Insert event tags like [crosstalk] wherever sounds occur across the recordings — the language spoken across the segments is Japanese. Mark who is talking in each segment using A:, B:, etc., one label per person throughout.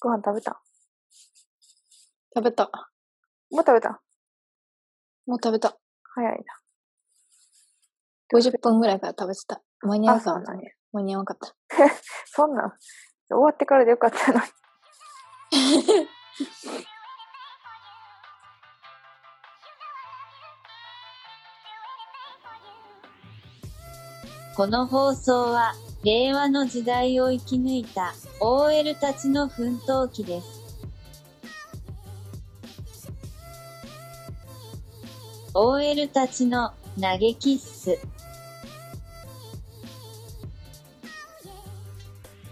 A: ご飯食べた
B: 食べた。
A: もう食べた
B: もう食べた。
A: 早い
B: 50分ぐらいから食べてた。間に
A: な。
B: 合う
A: あ、
B: か
A: そ
B: な
A: うなんや。
B: 間に合わんかった。
A: [laughs] そんなん。終わってからでよかったのに。
C: この放送は令和の時代を生き抜いた OL たちの奮闘記です。OL たちの嘆きっす。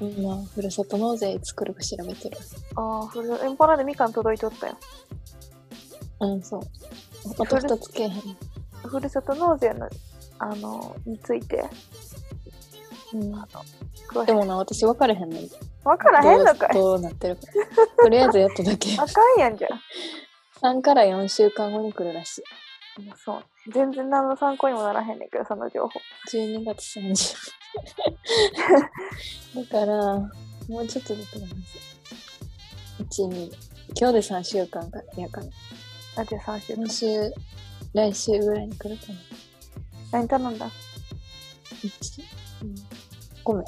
B: 今、ふるさと納税作るか調べてる。
A: ああ、それ、エンパラでみかん届いとったよ。
B: うん、そう。あと2つけえへん。
A: ふるさと納税の、あの、について。
B: うん、
A: 詳し
B: で
A: い。
B: もな、私分かれへんねん。
A: わからへんのかい。
B: どうどうなってるか。とりあえずやった
A: [laughs]
B: だけ。
A: あかんやんじゃ
B: 3から4週間後に来るらしい。
A: ん。もうそう。全然何の参考にもならへんねんけど、その情報。
B: 12月30 [laughs] だからもうちょっとだと思います12今日で3週間がやから
A: あ、じゃあ3週間
B: 今。週来週ぐらいに来るかな
A: 何頼んだ
B: 1
A: [laughs] 米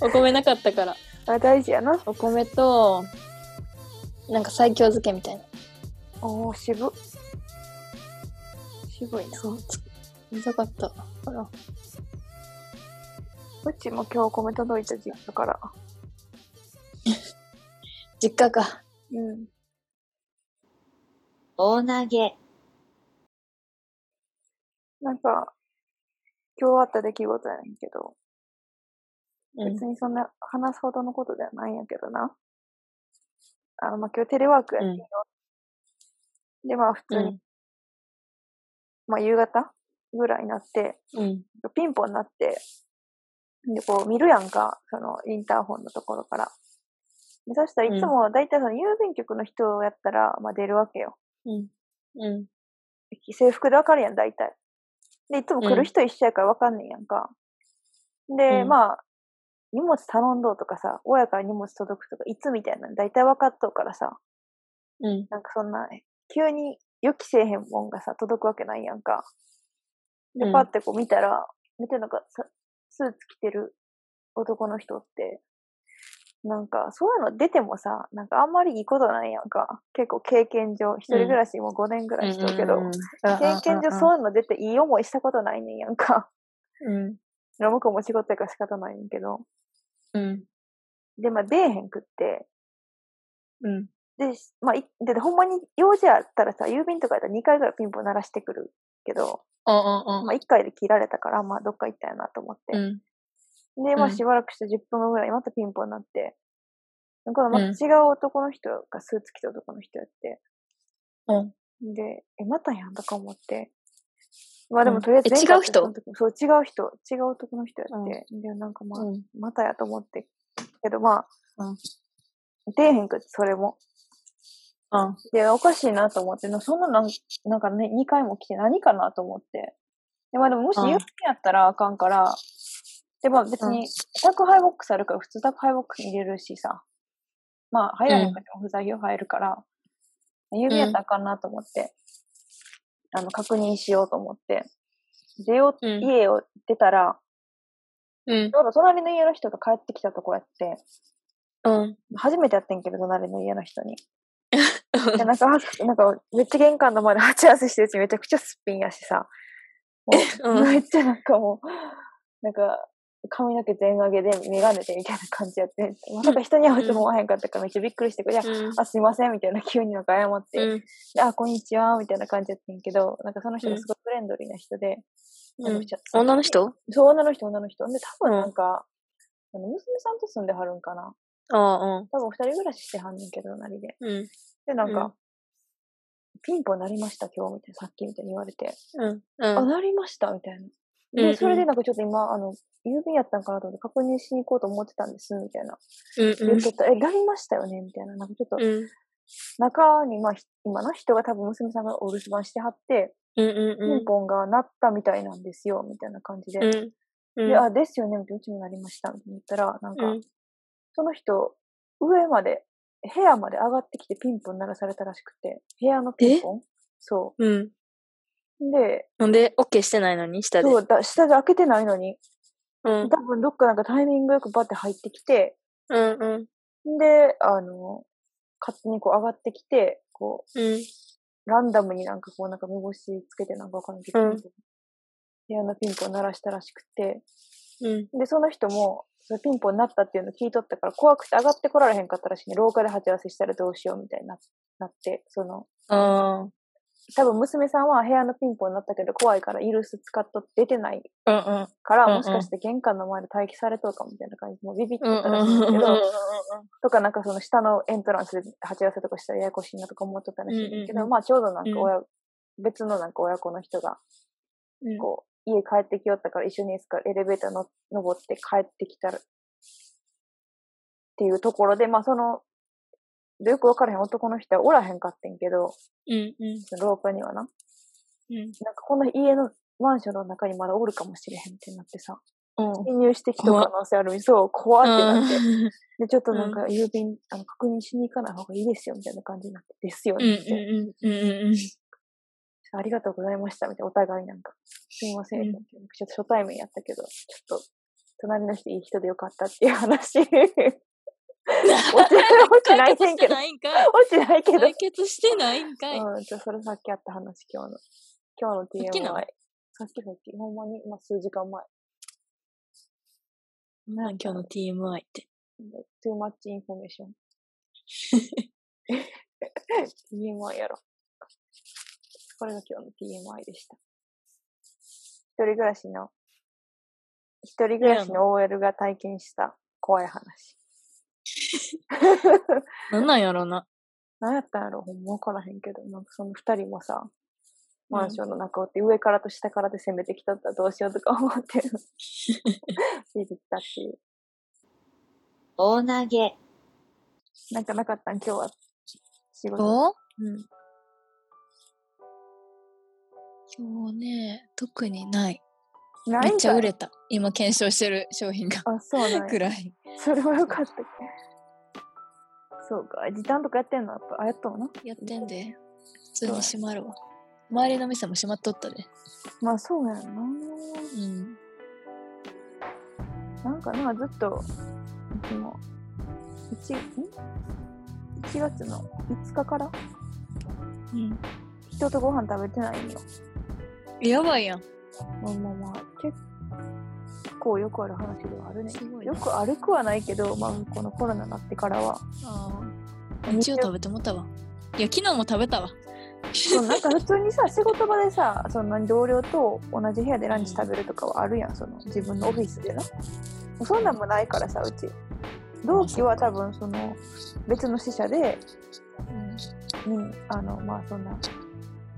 B: お米なかったから
A: あ、大事やな。
B: お米となんか最強漬けみたいな
A: おー、渋っ。渋いな。
B: そうつうざかったほら
A: うちも今日米届いた実家から。
B: 実家か
A: うん。
C: 大投げ。
A: なんか、今日あった出来事やねんけど、
B: うん
A: 別にそんな話すほどのことではないんやけどな。あの、まあ、今日テレワークやねんけど、で、まあ普通
B: う
A: に、
B: ん
A: まあ夕方ぐらいになって、
B: うん
A: ピンポンになって、で、こう見るやんか、そのインターホンのところから。でそしたらいつも大体その郵便局の人やったら、まあ出るわけよ。
B: うんうん
A: 制服でわかるやん、大体。で、いつも来る人一緒やからわかんねんやんか。で、
B: うん
A: まあ、荷物頼んどうとかさ、親から荷物届くとか、いつみたいなの大体分かっとうからさ、
B: うん
A: なんかそんな、急に予期せえへんもんがさ、届くわけないやんか。で
B: う、ん
A: パってこう見たら、見てなんかさ、スーツ着てる男の人って、なんか、そういうの出てもさ、なんかあんまりいいことないやんか。結構経験上、一人暮らしも5年ぐらいしとるけど、経験上そういうの出ていい思いしたことないねんやんか。 [laughs]
B: うん
A: 僕も仕事やから仕方ないねんけど。
B: うん
A: で、まあ出えへんくって。
B: うん
A: で、しまあ、いで、ほんまに用事あったらさ、郵便とかやったら2回ぐらいピンポン鳴らしてくるけど、
B: う
A: ま
B: ん
A: あ1回で切られたから、まあどっか行ったやなと思って。
B: うん
A: で、まあ
B: うん
A: しばらくして10分後ぐらいにまたピンポン鳴って。このまた
B: うん
A: 違う男の人がスーツ着た男の人やって。
B: うん
A: で、え、またやんとか思って。まあで
B: う
A: も
B: ん
A: とりあえず
B: え
A: 前回
B: 違う人
A: 会った時もそう、違う人、違う男の人やって。で、なんかまあ、
B: うん
A: またやと思って。けどまあ、
B: うん
A: 出えへんくって、それも。
B: うん
A: で、おかしいなと思って、なそんななんなんかね、2回も来て何かなと思って。で、まあでももし
B: うん
A: 郵便やったらあかんから、で、まあ別
B: う
A: に、宅配ボックスあるから、普通宅配ボックスに入れるしさ。まあ、入らへんかったら不在票入るから、郵便やったらあかんなと思って、あの、確認しようと思って。出よう、
B: うん
A: 家を出たら、
B: うん
A: ちょうど隣の家の人が帰ってきたとこやって、
B: うん
A: 初めてやってんけど、隣の家の人 [laughs] に。でなんか、はなんか、めっちゃ玄関の前で鉢合わせしてるうちめちゃくちゃすっぴんやしさ。も [laughs] うめっちゃなんかもう、なんか、髪の毛全上げで、眼鏡でみたいな感じやって、まさか人に会うと思わへんかったからめっちゃびっくりして、いや、あ、すいません、みたいな、急になんか謝って、であ、こんにちは、みたいな感じやってんけど、なんかその人がすごいフレンドリーな人で、なんかちょっと
B: 女の人
A: そう、女の人、女の人。で、多分
B: うん
A: なんか、あの娘さんと住んではるんかな。
B: あ
A: 多分二人暮らししてはんねんけど、隣で。
B: うんうん
A: で、なんか、
B: うん
A: ピンポン鳴りました、今日、みたいな、さっきみたいに言われて、
B: うん
A: あ、鳴りました、みたいな。
B: うんう
A: で、
B: ん
A: それでなんかちょっと今、あの、郵便やったんかなと思って確認しに行こうと思ってたんです、みたいな。
B: う
A: 言
B: ん
A: っとったら、え、鳴りましたよね、みたいな。なんかちょっと、
B: うん
A: 中に、まあ、ひ今な、人が多分娘さんがお留守番してはって、
B: うん
A: ピ
B: う
A: ンポンが鳴ったみたいなんですよ、みたいな感じで。
B: んうん
A: で、あ、ですよね、みたいな、うちも鳴りました、みたいな言ったら、なんか、
B: うん
A: その人、上まで、部屋まで上がってきてピンポン鳴らされたらしくて、部屋のピンポンそ
B: うん。
A: う。で、
B: なんで、オッケーしてないのに、下で。
A: そうだ、下で開けてないのに、
B: うん。
A: 多分どっかなんかタイミングよくバッて入ってきて、
B: うんうん。
A: で、あの、勝手にこう上がってきて、こ
B: うん。
A: う、ランダムになんかこうなんか目星つけてなんかわかんないけど、
B: うん
A: 部屋のピンポン鳴らしたらしくて、
B: うん。
A: で、その人も、そのピンポンになったっていうの聞いとったから、怖くて上がってこられへんかったらしいね。廊下で鉢合わせしたらどうしようみたいにななって、その、
B: あ
A: 多分娘さんは部屋のピンポンになったけど怖いからイルス使っとって出てない
B: あ。
A: から、
B: うんうん
A: もしかして玄関の前で待機されとるかもみたいな感じで、もうビビっ
B: う
A: と
B: ん
A: っ
B: う
A: た
B: ん。
A: らしいんですけど、
B: うん
A: とかなんかその下のエントランスで鉢合わせとかしたらややこしいなとか思っとったらしいんですけど、
B: うんうんうん
A: まあちょうどなんか親、別のなんか親子の人が、
B: うん
A: こう、家帰ってきよったから一緒にエスカエレベーターの登って帰ってきたら、っていうところで、まあその、よくわからへん男の人はおらへんかってんけど、
B: うんうん。
A: その廊下にはな。
B: うん
A: なんかこの家のマンションの中にまだおるかもしれへんってなってさ、
B: うん。
A: 侵入してきた可能性あるそう、怖ってなって。で、ちょっとなんか、郵便、あの、確認しに行かない方がいいですよ、みたいな感じになって、ですよ
B: うん
A: ね、って、
B: うんうんうんうん。
A: ありがとうございました、みたいな、お互いなんか、すいません、
B: うん
A: みたいなちょっと初対面やったけど、ちょっと、隣の人いい人でよかったっていう
B: [laughs]
A: 話。落ち、落ちないけんけど、落
B: いんかい。
A: ちないけど、
B: 解決してないんかい。
A: うん、じゃあそれさっきあった話、今日の。今日
B: さ
A: の
B: っき
A: TMI
B: の。
A: さっきさっき、ほんまに、まあ、数時間前。
B: なん今日の TMI って。
A: too much information. TMI やろ。これが今日の TMI でした。一人暮らしの、一人暮らしの OL が体験した怖い話。
B: なんなんやろな。
A: 何やったんやろほんまわからへんけど、なんかその二人もさ、マンションの中をって上からと下からで攻めてきとったらどうしようとか思ってる。ビビったっていう。
C: 大投げ、
A: なんかなかったん今日は仕事。
B: お
A: うん。
B: 今日ね、特にない。
A: な
B: め
A: い
B: っ
A: ん
B: ち
A: じゃ
B: ゃ
A: な
B: 売
A: い
B: れた。今検証してる商品が。
A: あ、そうなんや
B: くらい。
A: それはよかった。そうか、時短とかやってんのやっぱ、あ、やったもな。
B: やってんで。普通に閉まるわ。周りの店も閉まっとったで。
A: まあそうやん
B: うん。
A: な。なんかな、ずっと、いつも、1、ん ?1 月の5日から
B: うん。
A: 人とご飯食べてないんよ。
B: やばいやん。
A: まあまあまあ、結構よくある話ではあるね。
B: すごいな
A: よく歩くはないけど、まあこのコロナになってからは。
B: ああ。日曜食べてもったわ。いや、昨日も食べたわ。
A: そうなんか普通にさ、仕事場でさ、その同僚と同じ部屋でランチ食べるとかはあるやん、その自分のオフィスでな。もうそんなんもないからさ、うち。同期は多分その別の支社で、みんあの、まあそんな、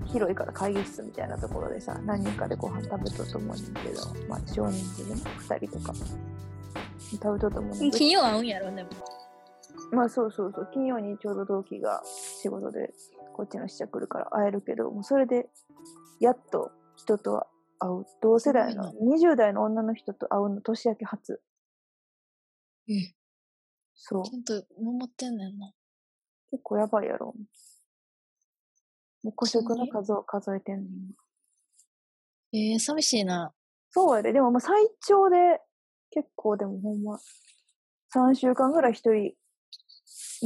A: 広いから会議室みたいなところでさ、何人かでご飯食べとると思うねんだけど、まあ少人数でね、2人とか。食べとると思うねんだけ
B: 金曜合うんやろ、でも。
A: ど、まあそうそうそう、金曜にちょうど同期が仕事でこっちの支社来るから会えるけど、もうそれでやっと人と会う。同世代の
B: す
A: 20代の女の人と会うの年明け初。
B: え
A: そう。
B: ちゃんと守ってんねんな。
A: 結構やばいやろ。もう個食の数を数えてんの今。
B: えー、寂しいな。
A: そうやで、でもまあ最長で結構でもほんま3週間ぐらい一人、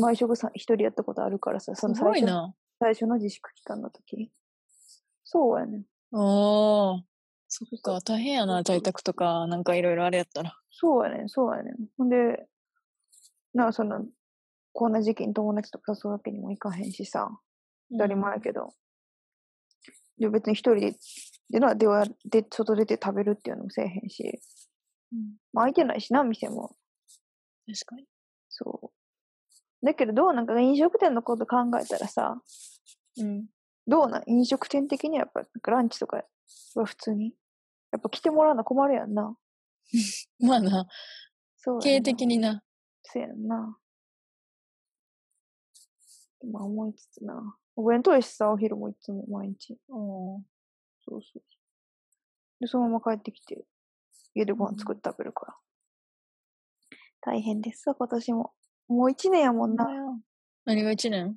A: 毎食さ一人やったことあるからさ、
B: す
A: その
B: ご
A: 最
B: い
A: 初の
B: な。
A: 最初の自粛期間の時。そうやね。
B: おー。そっか、大変やな、在宅とか、なんかいろいろあれやったら。
A: そうやねん、そうやねん。ほんで、なあ、その、こんな時期に友達とか誘うわけにもいかへんしさ、当たり前やけど。で、別に一人で、でな、では、で、外出て食べるっていうのもせえへんし、
B: うん
A: まあ空いてないしな、店も。
B: 確かに。
A: そう。だけど、どうなんか飲食店のこと考えたらさ、
B: うん。
A: どうなん飲食店的にはやっぱ、なんかランチとかは普通に、やっぱ来てもらうの困るやんな。
B: まあな、
A: そう
B: 経
A: や
B: 営
A: んな
B: 的にな。
A: せやんな。まあ思いつつな。お弁当やしさ、お昼もいつも毎日。
B: おー
A: そうそう。で、そのまま帰ってきて、家でご飯作って食べるから。大変ですわ、今年も。もう一年やもんな。
B: 何が1年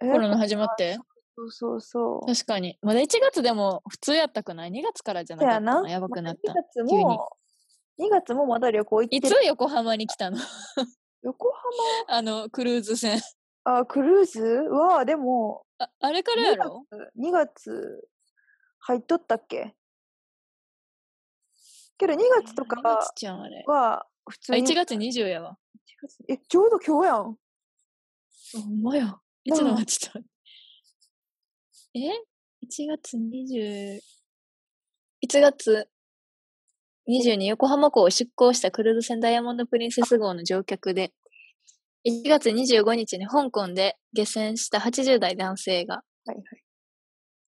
A: コ
B: コロナ始まって
A: そうそうそう。
B: 確かに。まだ1月でも普通やったくない ?2 月からじゃなかった
A: そうやな
B: やばくなっ
A: ま。
B: た
A: た2月も、2月もまだ旅行行
B: い
A: って
B: つ
A: る。
B: 横浜に来たの
A: 横
B: あの、クルーズ船。
A: 浜、あ、クルーズは、でも、
B: ああれからやろ
A: 2月入っとったっけけど2月と
B: えー何
A: か
B: 月ちゃんあれ。
A: は普
B: あ、
A: 通に
B: 1月20やわ。
A: えちょうど今日やん
B: ほんまや。いつの待ちと。え ?1 月20、1月20に横浜港を出港したクルーズ船ダイヤモンド・プリンセス号の乗客で、1月25日に香港で下船した80代男性が
A: はいはい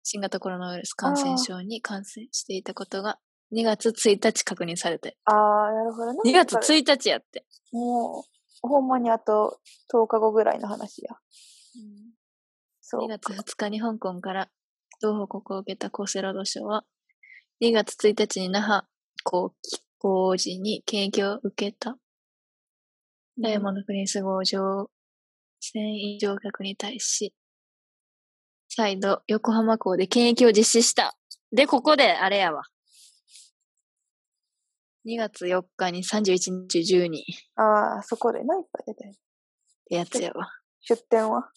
B: 新型コロナウイルス感染症に感染していたことが2月1日確認されて。
A: あーなるほどな
B: 2月
A: だから
B: 1日やって。
A: もうほんまにあと10日後ぐらいの話やそう
B: 2月2日に香港から同報告を受けた厚生労働省は、2月1日に那覇港寄港時に検疫を受けたダイヤモンド・プリンス号乗船員乗客に対し、再度横浜港で検疫を実施した。で、ここであれやわ。2月4日に31日10人っ
A: ああそこでないっぱい出てる
B: てやつやわ。
A: 出店は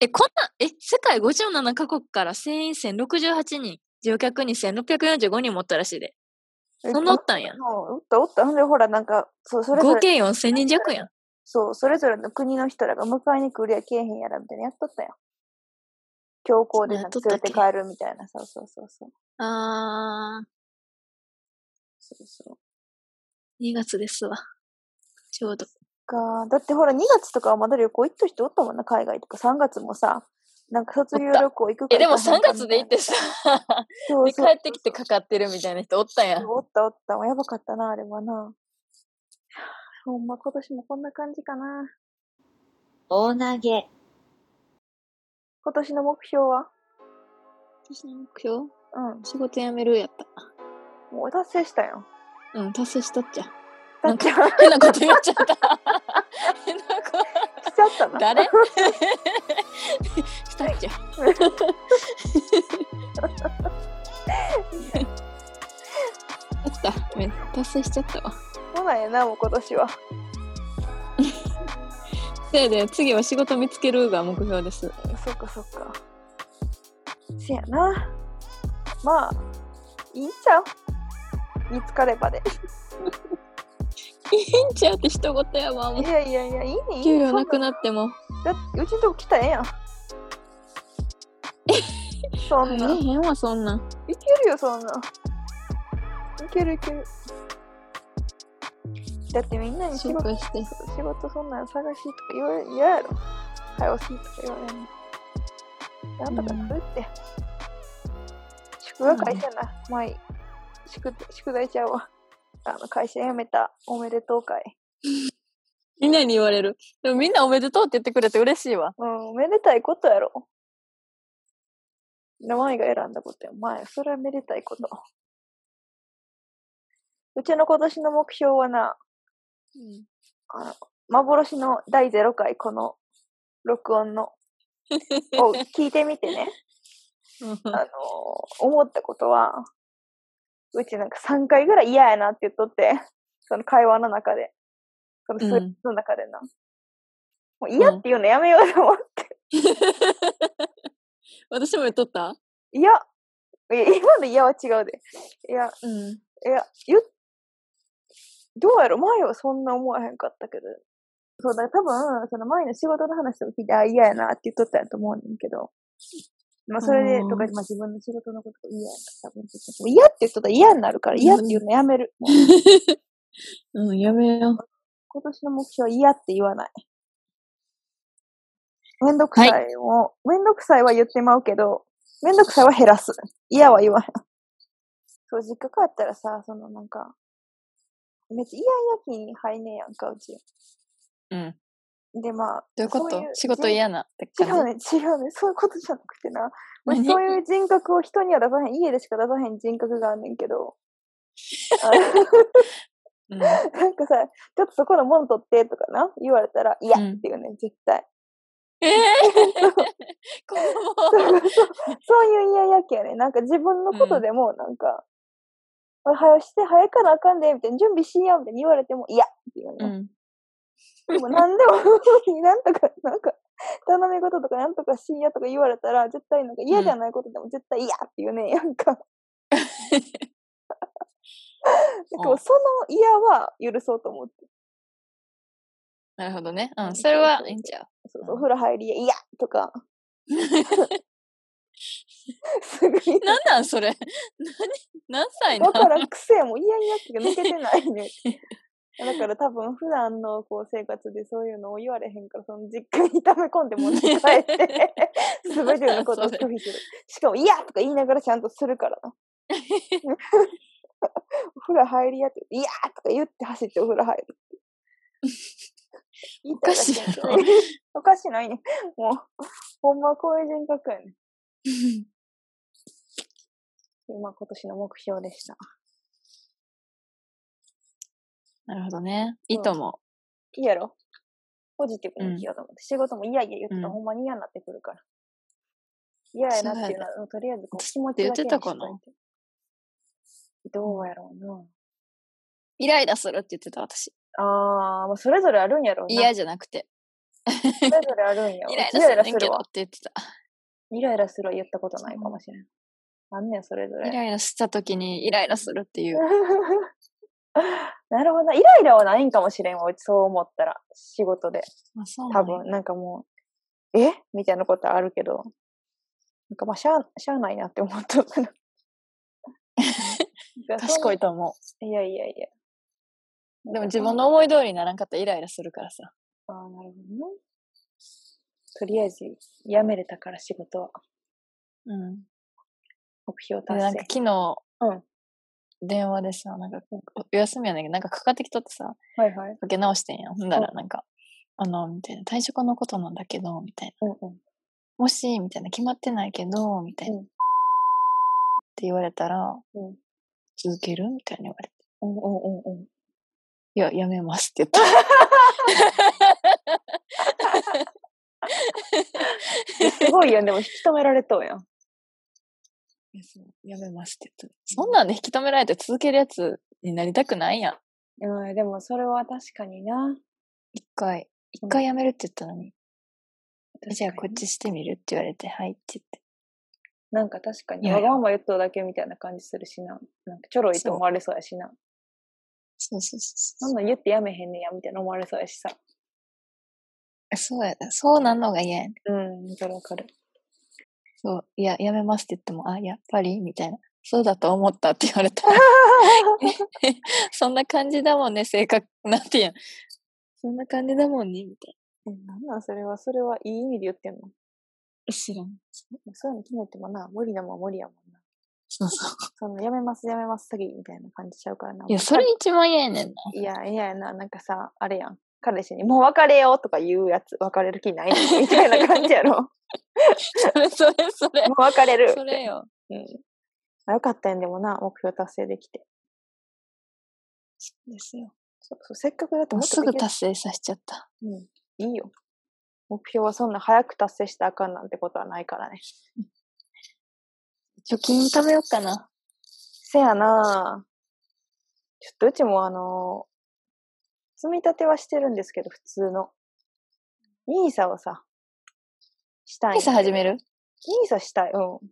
B: え、こんな、え、世界57カ国から船員1068人、乗客に1645人もおったらしいで。
A: え
B: そんなおったんや。
A: うんおったおったほんでほらなんかそうそれぞ
B: 合
A: れ
B: 計4000人弱やん。
A: そうそれぞれの国の人らが迎えに来るやけえへんやらみたいなやっとったやん強行で
B: そん
A: なん
B: なんやっと
A: か連
B: ったっ
A: れて
B: け
A: 帰るみたいなそうそうそうそう
B: あ
A: そうそう
B: ー、2月ですわ。ちょうど。
A: か。だってほら、2月とかはまだ旅行行った人おったもんな、海外とか。3月もさ、なんか卒業
B: おった
A: 旅行行くか
B: え、でも
A: 行かへ
B: 3
A: んかみたいな
B: 月で行ってさ、
A: そう
B: で帰
A: そう
B: ってきてかかってるみたいな人おったやん。
A: おったおった。やばかったな、あれはな。ほんま、今年もこんな感じかな。
C: 大投げ。
A: 今年の目標は
B: 私の目標
A: うん。
B: 仕事辞めるやった。
A: もう達成したよ。
B: うん、達成しとっちゃ。
A: だ
B: な
A: っ
B: ん
A: て、
B: か
A: しちゃ
B: 変なこと言っちゃった。 [laughs] 変なこ
A: ったな。
B: [laughs] 誰したっちゃ。やった。ごめん達成しちゃったわ。
A: そうなんやな、もう今年は。
B: せいで次は仕事見つけるが目標です。
A: そっかそっか。せやな。まあ、いいんちゃう見つかればで。
B: ピンチャーって一言やわ。も
A: いうやいやいや、いいね。いいね
B: 給料
A: そん
B: なくなっても。
A: だってうちのとこ来たらええやん。そん
B: え
A: なん。い
B: へんわそんなん。
A: けるよ、そんなん。いけるいける。だってみんなに仕
B: 紹
A: 事
B: 介して。
A: 仕事そんなん探しとか言われ嫌やろ。早押しとか言われんの。なんとかするって。宿が会社な。前、宿宿題ちゃうわ。あの会社辞めたおめでとう会。
B: みんなに言われる。でもみんなおめでとうって言ってくれて嬉しいわ。
A: うん、めでたいことやろ。名前が選んだことや。前、それはめでたいこと。うちの今年の目標はな、あの、幻の第0回、この録音の、を聞いてみてね、
B: [laughs]
A: あのー思ったことは、うちなんか3回ぐらい嫌やなって言っとって、その会話の中で、その数
B: うん
A: の中でな。もう嫌って言うのやめようと思って
B: [laughs] 私も言っとった
A: いや、いや今の嫌は違うで。いや、
B: うん。
A: いや、言っどうやろ前はそんな思わへんかったけど。そうだ、多分、その前の仕事の話とか聞いて、あ、嫌やなって言っとったんやと思うねんけど。まあ、それで
B: う、ん
A: とか、まあ自分の仕事のことが嫌やな。多分、もう嫌って言っとったら嫌になるから、嫌って言うのやめる。もう
B: うん、やめよう。
A: 今年の目標は嫌って言わない。めんどくさいを、めんどくさいは言ってまうけど、めんどくさいは減らす。嫌は言わへん。そう、実家帰ったらさ、そのなんか、めっちゃ嫌々に入んねえやんか、うち。
B: うん。
A: で、まあ、
B: どういうこと
A: そい
B: 仕事嫌なって
A: 違
B: 感じ。
A: うね、違うね、そういうことじゃなくてな。まあ、
B: 何
A: そういう人格を [laughs] 人には出さへん、家でしか出さへん人格があんねんけど。あ
B: うん
A: なんかさ、ちょっとそこの門取ってとかな、言われたら、いや
B: うん
A: っていうね、絶対。
B: [laughs] ええー、
A: [laughs] そ
B: 子
A: う
B: 供。
A: そうそういう嫌々気やね。なんか自分のことでも、なんか、あれ、早して、早いからあかんで、みたいな、準備しやんみたいに言われても、いやっていう
B: う
A: ね。
B: ん。
A: でも、なんでも、 [laughs] なんとか、なんか、頼み事とか、なんとかしいやとか言われたら、絶対なんか嫌じゃないことでも、絶対いやっていうね、なん
B: [laughs]
A: か。なんかもうその嫌は許そうと思って。
B: なるほどね。うん、それはいいんちゃう。
A: そうそう、お
B: うん
A: 風呂入りや、いやと
B: [laughs]
A: か。 [laughs] すぐに。
B: なんなん [laughs] それ。何、何歳な
A: だか
B: の
A: らん癖もいやいやって抜けてない
B: [laughs]
A: ね。だから多分普段のこう生活でそういうのを言われへんから、その実家に溜め込んで持って帰
B: [laughs]
A: って、すべてのことを拒否する。しかも、いやとか言いながらちゃんとするからな。お風呂入りやって、いやとか言って走ってお風呂入る。お
B: かしいやろ
A: おかしないね。もう、ほんまこういう人格
B: [laughs]
A: やね。今今年の目標でした。
B: なるほどね。いいと思
A: いいやろポジティブに生きようと思って、仕事もいやいや言ってたら
B: うん
A: ほんまに嫌になってくるから。嫌やなっていうのは、とりあえずこう気持ちだけにしとい
B: ずっと言ってたかな
A: どうやろうな。
B: う。イライラするって言ってた私。
A: あー、まあ、それぞれあるんやろうな。
B: 嫌じゃなくて。
A: それぞれあるんや
B: イライ
A: う
B: ラ
A: ちイラ
B: す
A: イ
B: る
A: ラ
B: ね
A: す
B: んけ
A: る
B: どっ
A: わ
B: て。言ってた。
A: イライラするは言ったことないかもしれん。あんねん、それぞ
B: イ
A: れ。
B: ライラした時にイライラするっていう。
A: [laughs] なるほどな。イライラはないんかもしれんわ。うちそう思ったら。仕事で。
B: あ、そうな
A: 多
B: んや
A: 分、なんかもう、えみたいなことあるけど、なんかまあ、しゃあ、しゃあないなって思っと
B: [laughs]
A: ったな。
B: 賢いと思
A: い。いやいやいや。
B: う。でも自分の思い通りにならんかったらイライラするからさ。
A: ああ、なるほどね。とりあえず、辞めれたから仕事は、
B: うん。
A: 目標
B: で
A: 達
B: なんか
A: 成。
B: 昨日、
A: うん
B: 電話でさ、なんかおお休みやねんけど、なんかかかってきとってさ、
A: はいはい。
B: かけ直してんやん。ほんだらなんか、あの、みたいな、退職のことなんだけど、みたいな。
A: うんうん。
B: もし、みたいな、決まってないけど、みたいな。
A: うん
B: って言われたら、
A: うん
B: 続けるみたいに言われて。
A: うんうんうんうん。
B: いや、やめますって [laughs] 言った。
A: すごいやん、でも引き止められとうやん。
B: いやそうやめますって言った。そんなんで引き止められて続けるやつになりたくないやん。
A: うん、でもそれは確かにな。
B: 一回、一
A: ん
B: 回やめるって言ったのに、
A: 確かに
B: じゃあこっちしてみるって言われて、はいって言って。
A: なんか確かに、
B: いや
A: わがまま言っとうだけみたいな感じするしな。なんかちょろいと思われそうやしな。
B: そうそうそう
A: そんなん言ってやめへんねや、みたいな思われそうやしさ。
B: そうやな。そうなんのが嫌やねん。
A: うん、わかるわか
B: [laughs]
A: る。
B: そう。いや、やめますって言っても、あ、やっぱりみたいな。そうだと思ったって言われた。そんな感じだもんね、性格。 [laughs] なんていうん。そんな感じだもんね、みたい
A: え、なんなんそれは、それはいい意味で言ってんの
B: な。知らん。
A: そういうの決めてもな、無理なもん無理やもんな。
B: そうそう。
A: その、やめますやめます詐欺みたいな感じちゃうからな。
B: いや、それ一番嫌やねんな。
A: いや、いややな、なんかさ、あれやん。彼氏に、もう別れようとか言うやつ、別れる気ないのみたいな感じや
B: [laughs]
A: ろ。も
B: そ [laughs] れ、それ、それ。
A: う別れる。
B: それよ。
A: うん。あよかったやん、でもな、目標達成できて。
B: ですよ。
A: そうそう、せっかくだって
B: もう
A: もっ
B: す
A: と
B: ぐ
A: できる
B: 達成させちゃった。
A: うん。いいよ。目標はそんな早く達成したらあかんなんてことはないからね。
B: 貯金貯めようかな。
A: せやなちょっとうちもあの積み立てはしてるんですけど、普通の。ニーサをさ、したい。
B: いさ始める
A: ニーサしたい、うん。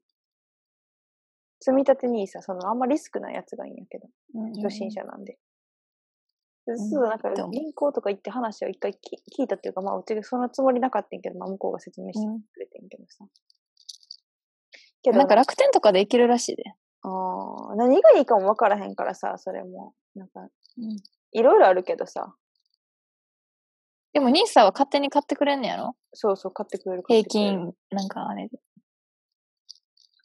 A: 積み立てニーサ、その、あんまリスクないやつがいいんやけど、初心者なんで。でそう、なんか
B: でも、
A: 銀行とか行って話を一回き聞いたっていうか、まあ、うちがそのつもりなかったんやけど、まあ、向こうが説明してくれてんけどさ。けど
B: なんか楽天とかでいけるらしいで。
A: あー何がいいかも分からへんからさ、それも。なんか、
B: うん
A: いろいろあるけどさ、
B: でも、兄さんは勝手に買ってくれんねやろ
A: そうそう、買ってくれる買っ
B: 平
A: てくれる
B: 均、なんかあれで。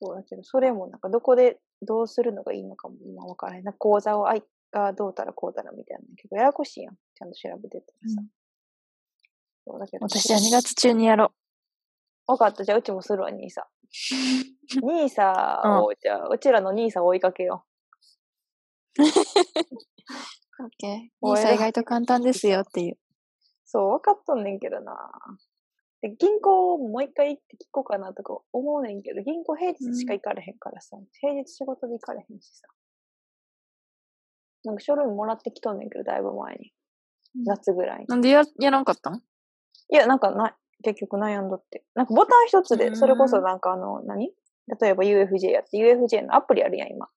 A: そうだけど、それもなんか、どこでどうするのがいいのかも今分からへん。なんか口座をあいがどうたらこうたらみたいな。結構ややこしいやん。ちゃんと調べてたらさ。
B: うん
A: そうだけど、
B: 私は2月中にやろ
A: 分かった、じゃあうちもするわ、兄
B: [laughs]
A: さん。兄さんを、じゃあ、うちらの兄さんを追いかけよ
B: オッケー。
A: お
B: ニー
A: え
B: サ意外と簡単ですよっていう。
A: そう、分かっとんねんけどな。で銀行をもう一回行って聞こうかなとか思うねんけど、銀行平日しか行かれへんからさ、平日仕事で行かれへんしさ。なんかショールームもらってきとんねんけど、だいぶ前に。
B: うん
A: 夏ぐらいに。
B: なんでややらんかったん
A: いや、なんかない。結局悩んどって。なんかボタン一つ
B: う
A: で、
B: ん
A: それこそなんかあの、何例えば UFJ やって、UFJ のアプリあるやん、今。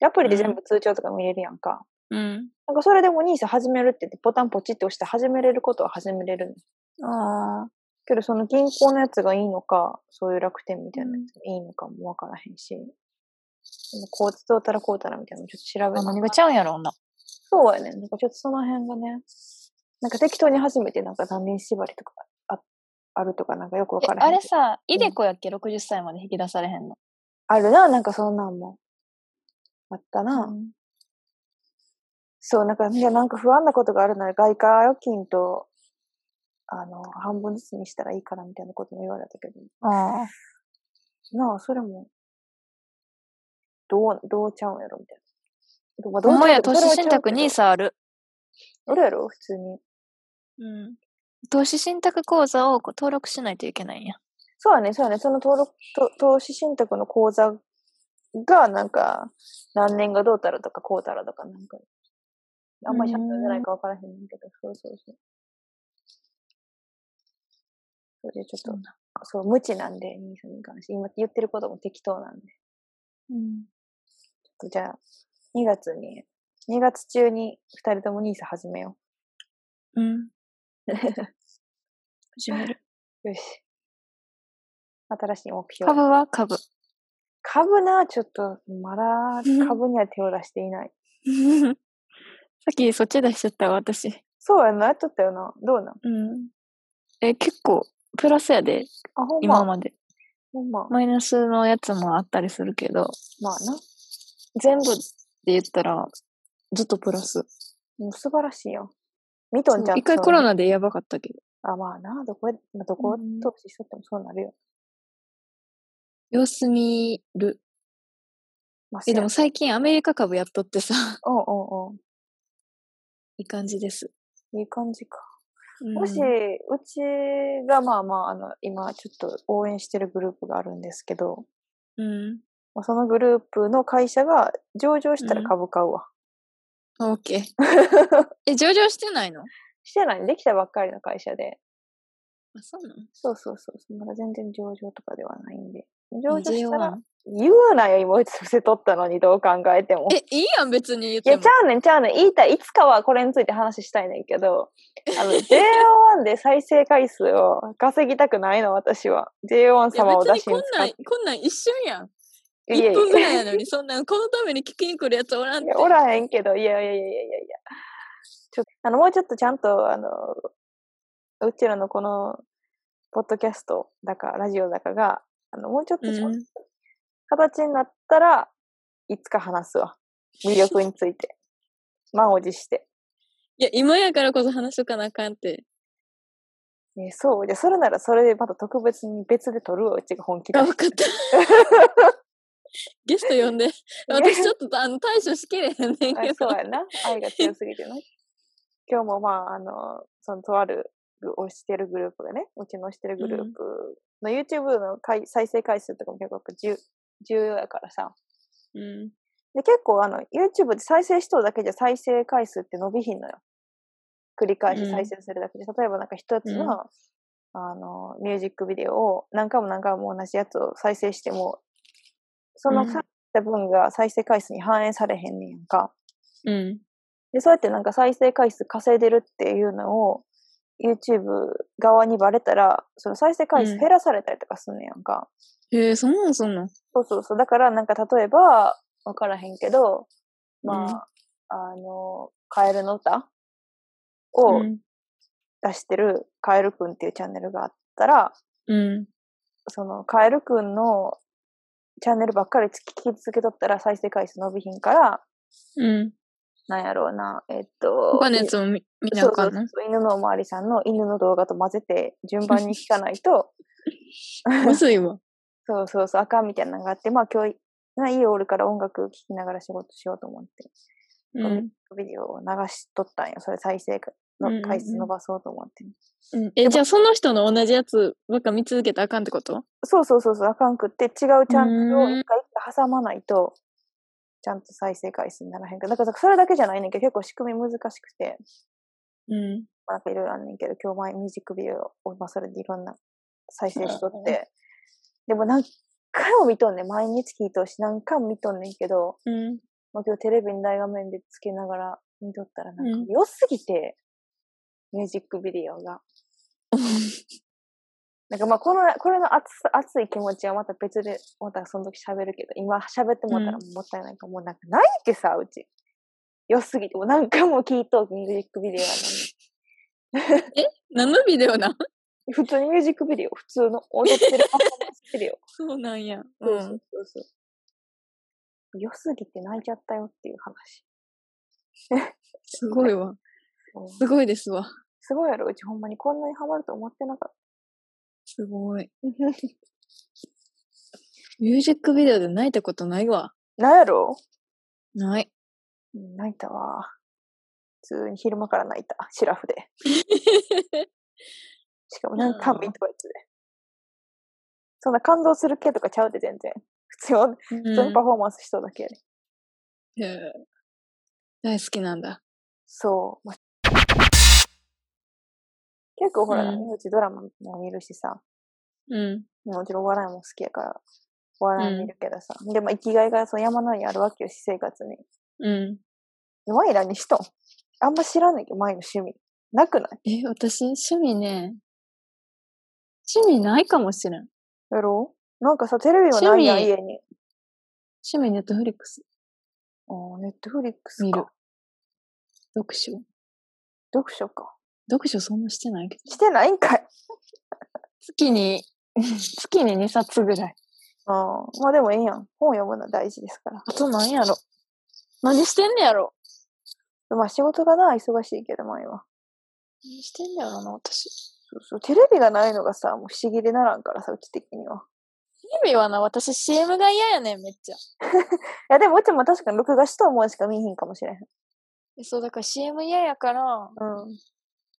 A: でアプリで全部通帳とか見れるやんか。
B: うん。
A: なんかそれでもニーサ始めるって言って、ボタンポチって押して始めれることは始めれるの。
B: ああ。
A: けどその銀行のやつがいいのか、そういう楽天みたいなやつがいいのかもわからへんし。そのこうどうたらこうたらみたいなのちょっと調べ
B: 何
A: て。
B: がちゃうんやろうな。
A: そうやねん。なんかちょっとその辺がね、なんか適当に始めて、なんか断念縛りとかああるとかなんかよくわ
B: え
A: からへんけど。
B: あれさ、イデコやっけ ?60 歳まで引き出されへんの。
A: あるな、なんかそんなんも。あったな。
B: うん
A: そう、なんか、いや、なんか不安なことがあるなら、外貨預金と、あの、半分ずつにしたらいいからみたいなことも言われたけど、
B: ああ。
A: なあ、それも、どう、どうちゃうんやろみたいな。まあどう
B: ほんまや、
A: ちゃ
B: 投
A: うけど
B: 資信託に。さある。
A: それはちゃうけどあるやろ普通に。
B: うん。投資信託口座をこう登録しないといけないんや。
A: そうやね、そうやね。その登録、と投資信託の口座が、なんか、何年がどうたらとか、こうたらとか、なんか、あんまりちゃんと読めないか分からへんねんけど、そうそうそう。それでちょっと、そう、無知なんで、兄さんに関して、今言ってることも適当なんで。
B: うん。
A: ちょっとじゃあ、2月に、2月中に2人とも兄さん始めよ [laughs]
B: うん。始める。
A: う。よし。新しい目標。
B: 株は株。 [laughs]
A: 株な、ちょっと、まだ株には手を出していない。
B: さっきそっち出しちゃったわ、私。
A: そうやな、やっとったよな。どうなん
B: うん。え、結構、プラスやで、
A: あ、ほん
B: 今
A: ま。
B: まで。
A: ほんま。
B: マイナスのやつもあったりするけど、
A: まあな。
B: 全部で言ったら、ずっとプラス。
A: もう素晴らしいよ。ミトンちゃんと
B: 一回コロナでやばかったけど。
A: あ、まあな。どこへ、まあ、どこを
B: うん
A: 投資しとってもそうなるよ。
B: 様子見る。
A: まあ、
B: え、でも
A: そ
B: 最近アメリカ株やっとってさ、
A: うやうんうん
B: いい感じです。
A: うん。いい感じか。
B: うん
A: もし、うちがまあまあ、あの、今ちょっと応援してるグループがあるんですけど、
B: うん。
A: まあそのグループの会社が上場したら
B: うん
A: 株買うわ。
B: オッ
A: [laughs]
B: ケー。え、上場してないのあ、
A: してない。できたばっかりの会社で。
B: そうなの
A: そうそうそう。まだ全然上場とかではないんで。上場したら
B: ?JO1、
A: 言うなよ、今、伏せとったのに、どう考えても。
B: え、いいやん、別に言っ
A: い
B: て
A: や、
B: も
A: ち。ゃうねん、ちゃうねん。言いたい。いつかはこれについて話したいねんけど、
B: [laughs]
A: あの、JO1 で再生回数を稼ぎたたくないの、私は。JO1
B: いや、
A: 様を
B: 別
A: 出
B: に
A: しに
B: こん
A: 使
B: な
A: っ
B: ん、こんなん一瞬やん。
A: いや
B: 1
A: い
B: 分ぐらい
A: や、
B: やのに、そんなん、このために聞きに来るやつおらん
A: い
B: って
A: や。おらへんけど、いやいやいやいやいやいや。ちょっと、あの、もうちょっとちゃんと、あの、うちらのこの、ポッドキャストだか、ラジオだかが、あの、もうちょっとちゃんと
B: うん
A: 形になったら、いつか話すわ。魅力につい
B: [laughs]
A: て。満を持して。
B: いや、今やからこそ話しとかなあかんって。
A: えーそう。じゃあそれならそれでまた特別に別で撮るわ、うちが本気で
B: あ、。分かった。ゲスト呼んで。私ちょっとあの対処しきれへんねんけ
A: あ
B: ど
A: そう。やな。愛が強すぎてね。今日もまあ、あの、そのとある推してるグループがね、うちの推してるグループの YouTube の回再生回数とかも結構重重要やからさ。
B: うん。
A: で、結構あの、YouTube で再生しとるだけじゃ再生回数って伸びひんのよ。繰り返し再生するだけで。例えばなんか一つの、
B: うん
A: あの、ミュージックビデオを何回も何回も同じやつを再生しても、その
B: うん
A: 再生した分が再生回数に反映されへんねんやんか。
B: うん。
A: で、そうやってなんか再生回数稼いでるっていうのを、YouTube 側にバレたら、その再生回
B: う
A: 数
B: ん
A: 減らされたりとかすんねんやんか。
B: へえ、そんなんそんなん。
A: そうそうそう。だから、なんか例えば、わからへんけど、ま
B: うん
A: あ、あの、カエルの歌を
B: うん
A: 出してるカエルくんっていうチャンネルがあったら、
B: うん。
A: その、カエルくんのチャンネルばっかりつ聞き続けとったら再生回数伸びひんから、
B: うん。
A: なんやろうな、えっと、
B: 他のやつも見見な
A: そ
B: あ
A: うそ
B: か
A: うん
B: の
A: そう犬のおまわりさんの犬の動画と混ぜて順番に聞かない
B: [laughs]
A: と、
B: むずいわ。
A: そうそうそう、あかんみたいなのがあって、まあ今日、な家おるから音楽聴きながら仕事しようと思って。
B: うん。
A: ビデオを流しとったんよ。それ再生
B: うんうんう
A: の
B: ん
A: 回数伸ばそうと思って。
B: うん、え、じゃあその人の同じやつばっか見続けたらあかんってこと
A: そうそうそうそう、あかんくって、違うチャンネルを
B: うーん
A: 一回一回挟まないと、ちゃんと再生回数にならへんから。だからそれだけじゃないねんけど、結構仕組み難しくて、
B: うん。
A: まあなんかいろいろあんねんけど、今日前ミュージックビデオを、まあそれでいろんな再生しとっ
B: うん
A: て、でも何回も見とんねん。毎日聞いとうし、何回も見とんねんけど、
B: うん。
A: まあ今日テレビに大画面でつけながら見とったら、なん
B: うん
A: か良すぎて、ミュージックビデオ
B: [laughs]
A: が。なんかまあこの、これの熱さ熱い気持ちはまた別で、またその時喋るけど、今喋ってもらったら
B: う
A: もったいないから、もうなんかないってさ、うち。良すぎて、もう何回も聞いとう、ミュージックビデオや
B: 何のビデオなん
A: のに。普通にミュージックビデオ、普通の踊ってるパフォーマンスビデオ。
B: [laughs] そうなんや。
A: そう
B: う
A: そ
B: ん
A: う。そうそう。良すぎて泣いちゃったよっていう話。
B: すごいわ。
A: うん
B: すごいですわ。
A: すごいやろ、うちほんまにこんなにハマると思ってなかっ
B: すごい。
A: た。 [laughs]
B: ミュージックビデオで泣いたことないわ。
A: なんやろ
B: ない。
A: うん泣いたわ。普通に昼間から泣いた、シラフ
B: [laughs]
A: で。しかも何回も言ってこいつで。そんな感動する系とかちゃうで全然。普通の、普
B: う
A: 通にパ
B: ん、
A: フォーマンスしとうだけやで。
B: へえ大好きなんだ。
A: そう。まあ結構ほら、
B: うん
A: うちドラマも見るしさ、
B: うん。
A: もちろんお笑いも好きやから、お笑い見るけどさ。でも生きがいがその山のようにあるわけよ、私生活に。
B: う
A: ワイらにしとんあんま知らないけど、前の趣味。なくない
B: ん。え、私、趣味ね。趣味ないかもしれん。
A: やろうなんかさ、テレビはないやん、
B: 趣
A: 家
B: 味
A: に。
B: 趣味ネットフリックス
A: あーネットフリックス
B: 見る
A: か。。
B: 読書。
A: 読書か。
B: 読書そんなしてないけど。
A: してないんかい。 [laughs]
B: 月に、月に2冊ぐらい。
A: あーまあでもええやん。本読むのは大事ですから。
B: あと何やろ。何してんねやろ。
A: まあ仕事がな、忙しいけど、前は。
B: 何してんねやろな、私。
A: そうそう。テレビがないのがさ、もう不思議でならんからさ、うち的には。
B: テレビはな、私 CM が嫌やねん、めっちゃ。
A: いや、でもうちも確かに録画しと思うしか見えへんかもしれへん。
B: えそう、だから CM 嫌やから、
A: うん。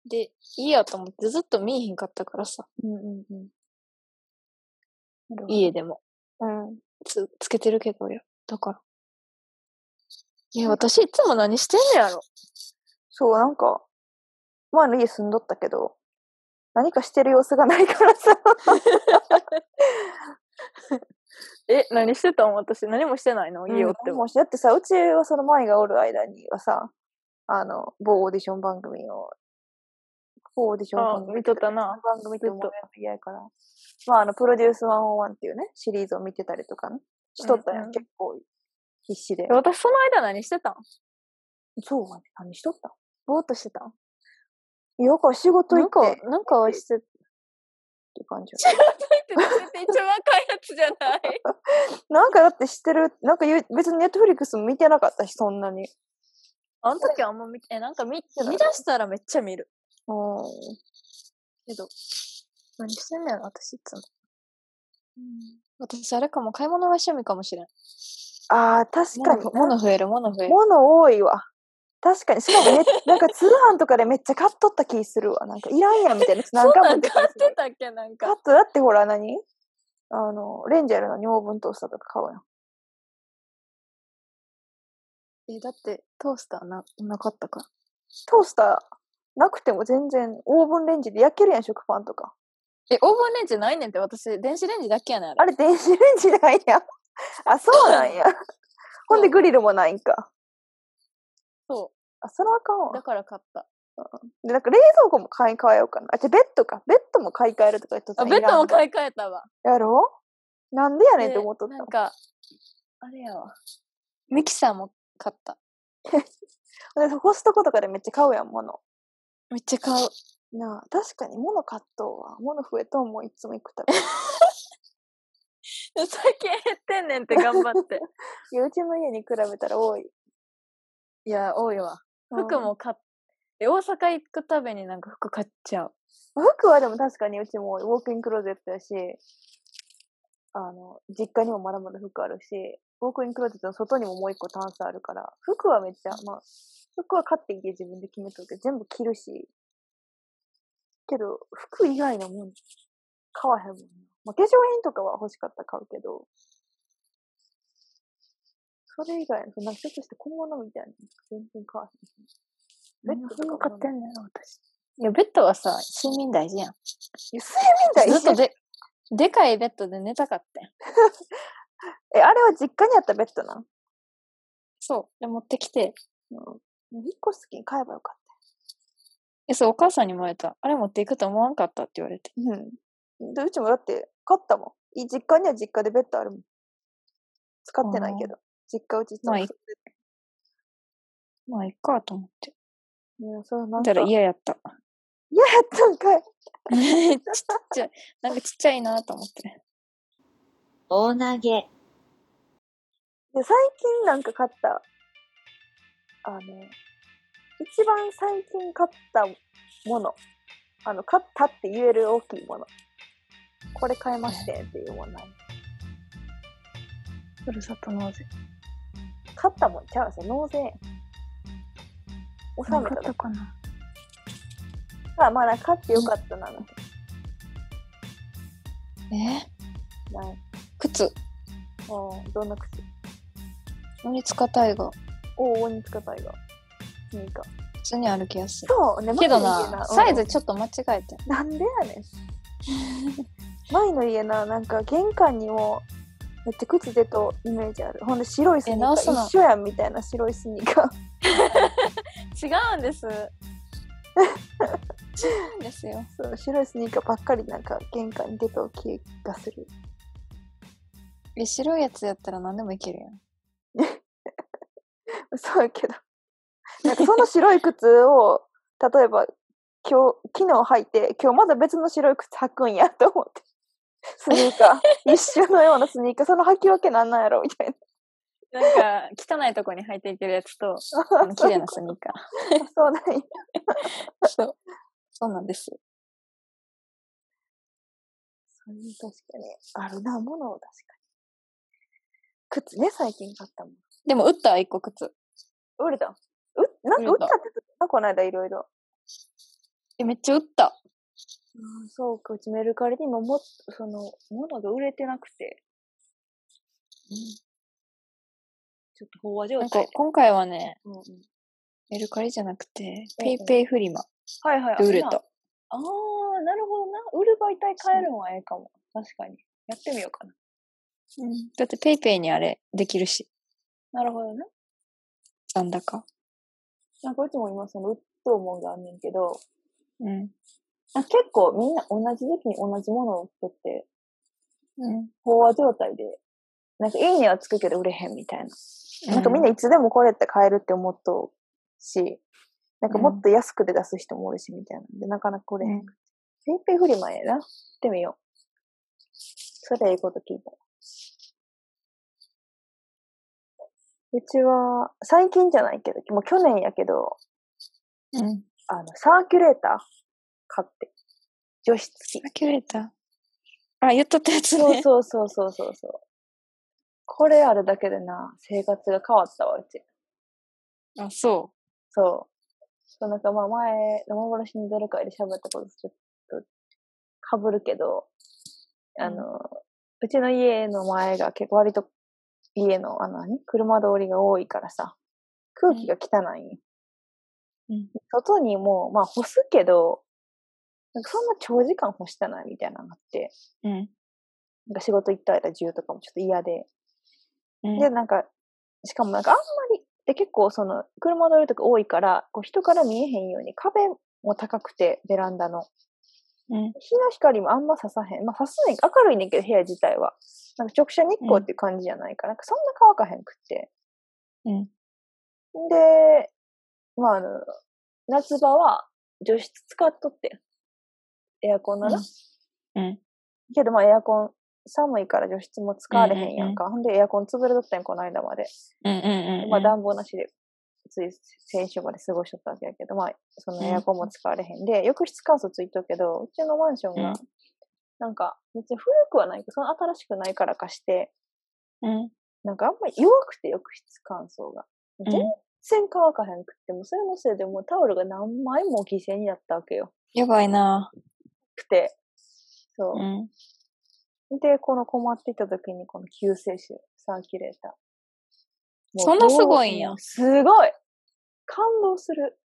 B: で、いいやと思ってずっと見えへんかったからさ。
A: うんうんうん。なるほど
B: 家でも。
A: うん。
B: つ、つけてるけどよ。だから。いや、私いつも何してんねやろ。
A: そう、なんか、前の家住んどったけど、何かしてる様子がないから
B: [laughs]
A: さ。
B: え、何してたん私何もしてないの
A: いいよってもしだってさうちはその舞がおる間にはさあの某オーディション番組を某オーディション番組
B: あ見とったな
A: オーディション番組って思う
B: ず
A: の
B: っ
A: 嫌やからまああのプロデュース101っていうねシリーズを見てたりとかねしとったやん、
B: うんうん
A: 結構必死で
B: 私その間何してたん
A: そうはね何しとったぼーっとしてたいやだから仕事行
B: なん
A: って
B: か
A: っ、
B: なんかは [laughs] して、
A: て感じや
B: 一番若いやつじゃない。
A: なんかだってしてるなんか言う別にネットフリックスも見てなかったしそんなに
B: [laughs] あの時あんま見て、え、なんか見、
A: ない
B: 見出したらめっちゃ見る。
A: うん
B: けど、何してんねやろ、私いつも。私あれかも、買い物が趣味かもしれん。
A: あー確かに
B: 物物増える、物増える。
A: 物多いわ。確かに。しか
B: [laughs]
A: もめ、なんか通販とかでめっちゃ買っとった気するわ。なんかいらんやんみたいなやつ
B: [laughs] そ
A: 何
B: う
A: 回も言
B: なん
A: って
B: 買
A: たり
B: っ
A: す
B: て
A: る。
B: たっけなん
A: カッ
B: か。
A: トだってほら何あの、レンジャーのオーブントースターとか買うやん。
B: え、だって、トースターな、なかったか。
A: トースターなくても全然オーブンレンジで焼けるやん、食パンとか。
B: え、オーブンレンジないねんって、私、電子レンジだけやねん、あれ。
A: あれ電子レンジなん
B: [laughs]
A: や。あ、そうなんや。ほんでグリルもないんか。
B: そ
A: あ、それはあかん
B: う。だ
A: わ。
B: から買った。
A: で、なんか冷蔵庫も買い替えようかな。あ、じゃあベッドか。ベッドも買い替えるとか言っとった
B: あ、ベッドも
A: い
B: 買い替えたわ。
A: やろなんでやねんって
B: で
A: 思っとった
B: な
A: もん
B: んか、あれやわ。ミキサーも買った。
A: でコストコとかでめっちゃ買うやん、物。
B: めっちゃ買う。
A: なあ、確かに物買っとうわ。物増えとんもんいつも行くたび。
B: [laughs] 最近減ってんねんって頑張って。
A: いやうちの家に比べたら多い。
B: いや、多いわ。
A: うん
B: [laughs] 服。も買っ、え、大阪行くたびになんか服買っちゃう。
A: 服はでも確かにうちもウォークインクローゼットやし、あの、実家にもまだまだ服あるし、ウォークインクローゼットの外にももう一個タンスあるから、服はめっちゃ、まあ、服は買っていいで自分で決めとるけど、全部着るし。けど、服以外のもん、買わへんもんな。まあ、化粧品とかは欲しかったら買うけど、それ以外の、そんなちょっとして小物みたいなの全然買わへん。ベッドとかも
B: んだよ、私。いや、ベッドはさ、睡眠大事やん。
A: いや睡眠
B: ず
A: 大
B: っと
A: 事や
B: で、でかいベッドで寝たかったやん。
A: え、あれは実家にあったベッドなん
B: そう。で、持ってきて、
A: うん。引っ越す時に買えばよかっ
B: え、そう、お母さんにも言われた。あれ持っていくと思わんかったって言われて。
A: た。うん。で、うちもだって、買ったもん。い実家には実家でベッドあるもん。使ってないけど。実家うち
B: まあいい
A: そ
B: まあ、いっかと思って。
A: ういや、それなんか。
B: だから
A: い [laughs] や、
B: 嫌やった。 [laughs]
A: やったんかい。
B: ちっちゃい、なんかちっちゃいなと思って。
C: 大投げ、
A: で最近なんか買った、あの、一番最近買ったもの、あの、買ったって言える大きいもの。これ買いましてんっていうもの。
B: ふるさと納税。
A: 買ったもんちゃうんですよ、納税。納めただ
B: かな。
A: けはまだ買ってよかったなの。
B: え
A: ない
B: 靴。
A: うん、どんな靴
B: 鬼塚大河。
A: おお、鬼塚隊が。スニーカー。
B: 普通に歩きやすい。
A: そう、ね、
B: けど
A: 前の家
B: な、サイ
A: う
B: ズ
A: ん
B: ちょっと間違えて。
A: なんでやねん。前の家な、なんか玄関にも、めっちゃ靴出とイメージある。ほんで白いスニーカ
B: え直す
A: ー
B: の
A: 一緒やんみたいな白いスニーカー。 [laughs]
B: 違うん [laughs] です。違うんですよ。
A: そう、白いスニーカーばっかりなんか玄関に出とう気がする。
B: え、白いやつやったら何でもいけるやん。
A: そうやけど。なんかその白い靴を、例えば、今日、昨日履いて、今日まだ別の白い靴履くんやと思って。スニーカー。 [laughs] 一緒のようなスニーカー。その履き分けなんなんやろみたい
B: なんか、汚いとこに履いていけるやつと、あ [laughs] の
A: な。
B: 綺麗なスニーカ
A: そうなんや。
B: ー。そう。そうなんです。
A: それ確かに。あるな、ものを確かに。靴ね、最近買ったもん。
B: でも、打った一個靴。
A: 売れたんうなんか売
B: 売
A: っ
B: れ
A: た
B: た
A: って言ってたな、この間いろいろ。
B: え、めっちゃ打った。
A: うんそうか、うちメルカリにもも、その、ものが売れてなくて。ちょっと飽和状
B: なんか
A: 態、。
B: 今回はね、
A: うんうん、
B: メルカリじゃなくて、
A: うん
B: ペ
A: うん
B: イペイフリマ
A: はいはい。
B: で売れ
A: あ
B: た。
A: あー、なるほどな。売る媒体変えるのはええかも。確かに。やってみようかな。
B: うんだってペイペイにあれできるし、
A: なるほどね。
B: 残高。
A: なんかいつも今その、うっとうもんがあんねんけど、
B: うん。
A: あ結構みんな同じ時期に同じものを売っとって、
B: うん。
A: 飽和状態で、なんかいいねはつくけど売れへんみたいな。
B: うん
A: なんかみんないつでもこれって買えるって思っとうし、なんかもっと安くで出す人もおるしみたいなんで、なかなかこれへん。ペイペイフリマええな。やってみよう。それいいこと聞いた。うちは、最近じゃないけど、もう去年やけど、
B: うん。
A: あの、サーキュレーター買って。除湿器。
B: サーキュレーター。あ、言っとったやつ
A: そう
B: ね。
A: そうそうそうそうそう。これあるだけでな、生活が変わったわ、うち。
B: あ、そ
A: そう。そうなんかまあ前、生殺しに出る会で喋ったことちょっとかぶるけど、あの、うちの家の前が結構割と家の、あの何車通りが多いからさ、空気が汚いんよ。
B: うん
A: 外にも、まあ干すけど、なんかそんな長時間干したないみたいなのがあって、
B: う。うん。
A: なんか仕事行った間中とかもちょっと嫌で、
B: うん
A: で、なんか、しかもなんかあんまり、で結構その、車乗るとか多いから、こう人から見えへんように壁も高くて、ベランダの。
B: う
A: 日
B: ん。
A: の光もあんま刺さへん。まあ刺すねん明るいねんけど、部屋自体は。なんか直射日光っていう感じじゃないから、なんかそんな乾かへんくって。
B: うん。
A: で、まああの、夏場は除湿使っとって。エアコンなら。
B: うん。
A: けどまあエアコン、寒いから除湿も使われへんやんか。ほんでエアコン潰れとったんやこの間まで。
B: うん。うん。うん。
A: まあ暖房なしで、つい先週まで過ごしとったわけやけど、まあ、そのエアコンも使われへんで、浴室乾燥ついとるけど、うちのマンション
B: う
A: が
B: ん、
A: なんか、別に古くはないけど、その新しくないからかして、
B: うん。
A: なんかあんまり弱くて浴室乾燥が。
B: ん
A: 全然乾かへんくって、もうそれのせいでもうタオルが何枚も犠牲になったわけよ。
D: やばいな
A: くて。そうう。
D: ん。
A: で、この困っていた時にこの救世主、サーキュレーター。もう
D: そんなすごいんや
A: どうすごい感動する。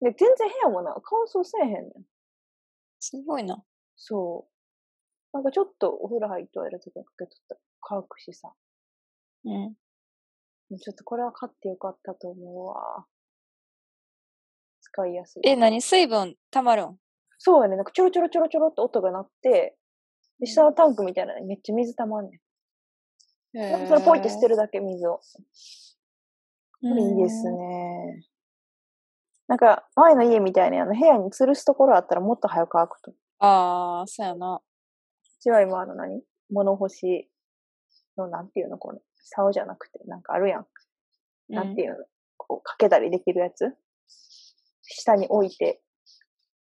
A: で、全然部屋もな、乾燥せえへんねん。
D: すごいな。
A: そう。なんかちょっとお風呂入っておいる時にかけとったら乾くしさ。
D: うん。
A: もうちょっとこれは買ってよかったと思うわ。使いやすい。
D: え、何水分たまるん
A: そうやね。なんかちょろちょろちょろちょろって音が鳴って、で、下のタンクみたいなのにめっちゃ水溜まんねん。なんかそれポイって捨て
D: る。
A: るだけ水を。
D: い
A: いいですね。なんか、前の家みたいにあの部屋に吊るすところあったらもっと早く乾くと。う
D: ああ、そうやな。
A: ちは今あの何物干しのなんていうのこれ。竿じゃなくて、なんかあるやん。なんていうの、こうかけたりできるやつ下に置いて、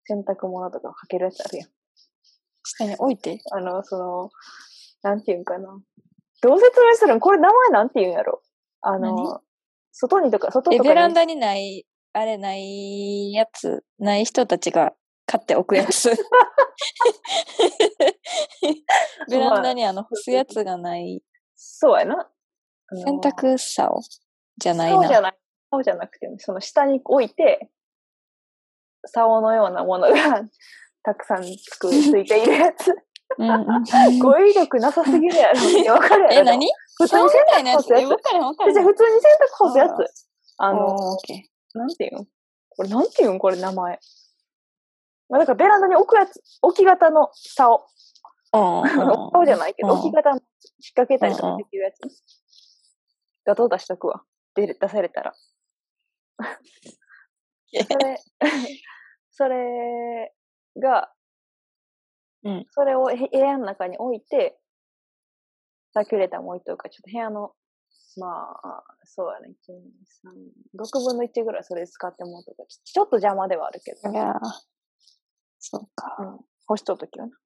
A: 洗濯物とかかけるやつあるやん。
D: 下に置いて。
A: あの、その、なんていうんかな。どう説明するんこれ名前なんていうんやろあの
D: 何、
A: 外にとか、外と
D: え、
A: かに。
D: ベランダにない、あれないやつ、ない人たちが買っておくや [laughs] つ。ベランダにあの干すやつがない、
A: そうやな。あの
D: 洗濯竿じゃない
A: 竿じゃ
D: な。
A: ない。竿じゃなくて、その下に置いて、竿のようなものが [laughs] たくさんつく、ついているやつ。
D: うんうん
A: 語彙力なさすぎるやろ。いやわかるやろ。
D: [laughs] え、何
A: 普通
D: 商
A: に
D: 店
A: 洗
D: 街の
A: 濯
D: や
A: 干すや
D: つえ、
A: つ
D: わ。からへんわから
A: じゃ
D: へ
A: あ
D: ん。
A: 普通に洗濯干すや
D: あー
A: つ。あ
D: おー
A: の
D: オッ、ケ
A: なんていうんこれなんていうんこれ名前。まあ、だからベランダに置くやつ、置き型の竿。
D: ー。うんうん
A: 竿じゃないけど、
D: うん
A: 置き型の引っ掛けたりと
D: うんう
A: か
D: ん
A: できるやつ。画像出しとくわ。出る出されたら。それ、それが、
D: うん
A: それをへ部屋の中に置いて、サーキュレーターも置いとくから、ちょっと部屋の、まあ、そうやね、1、2、3、6分の1ぐらいそれ使ってもらうとか、ちちょっと邪魔ではあるけど、
D: [laughs] いやーそうか。
A: 干しとくときはな。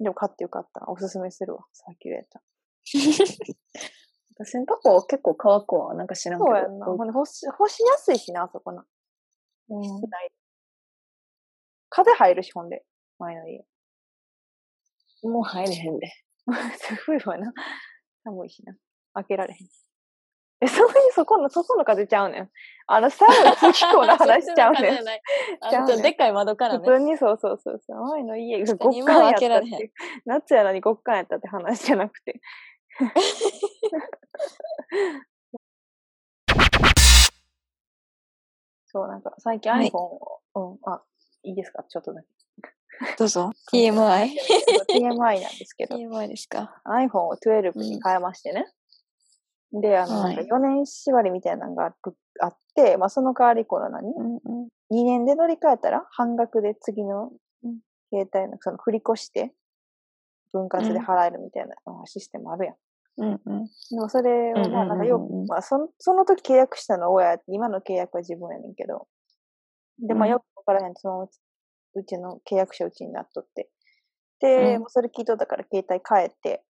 A: でも買ってよかった。おすすめするわ、サーキュレータ
D: 洗濯は結構乾くわ。なんか知ら
A: ー。
D: ん
A: そうやんな。ほんで干し、干しやすいしな、あそこな。
D: うん [laughs]
A: 室内風入るし、ほんで、前の家。
D: もう入れ
A: [laughs]
D: へんで。
A: 冬はな、寒いしな。開けられへん。え、そういう、そこの、そこの風ちゃうねん。あの、サウナ好きこの話しちゃうねん。ちゃうねん
D: あのでっかい窓から
A: 普通
D: [laughs] ね。
A: にそうそうそうそう。前の家が
D: 確か
A: 極
D: に今
A: 寒
D: は
A: やっ
D: 開け
A: た
D: ら
A: っ
D: れへん
A: ていう。夏やのに極寒やったって話じゃなく
D: [laughs]
A: て。そう、なんか、最近
D: は
A: iPhone
D: い
A: を、うん、あ、いいですかちょっとだけ。
D: どうぞ。TMI?TMI [laughs]
A: TMI なんですけど。
D: ですか。
A: iPhone を12に変えましてね。で、あの、
D: はい
A: 4年縛りみたいなのがあるあって、まあ、その代わりこの何
D: うんうん。
A: ?2 年で乗り換えたら半額で次の
D: うん
A: 携帯のその振り越して、分割で払えるみたいなあシステムあるやん。
D: うんうん。
A: でもそれを、まあ、なんかよく
D: うんうんうんうん
A: まあそん、その時契約したのは親、今の契約は自分やねんけど。で、まあ、
D: うん
A: よくわからへん、そのうちうちの契約者うちになっとって。で、
D: うん
A: もうそれ聞いとったから携帯変えて。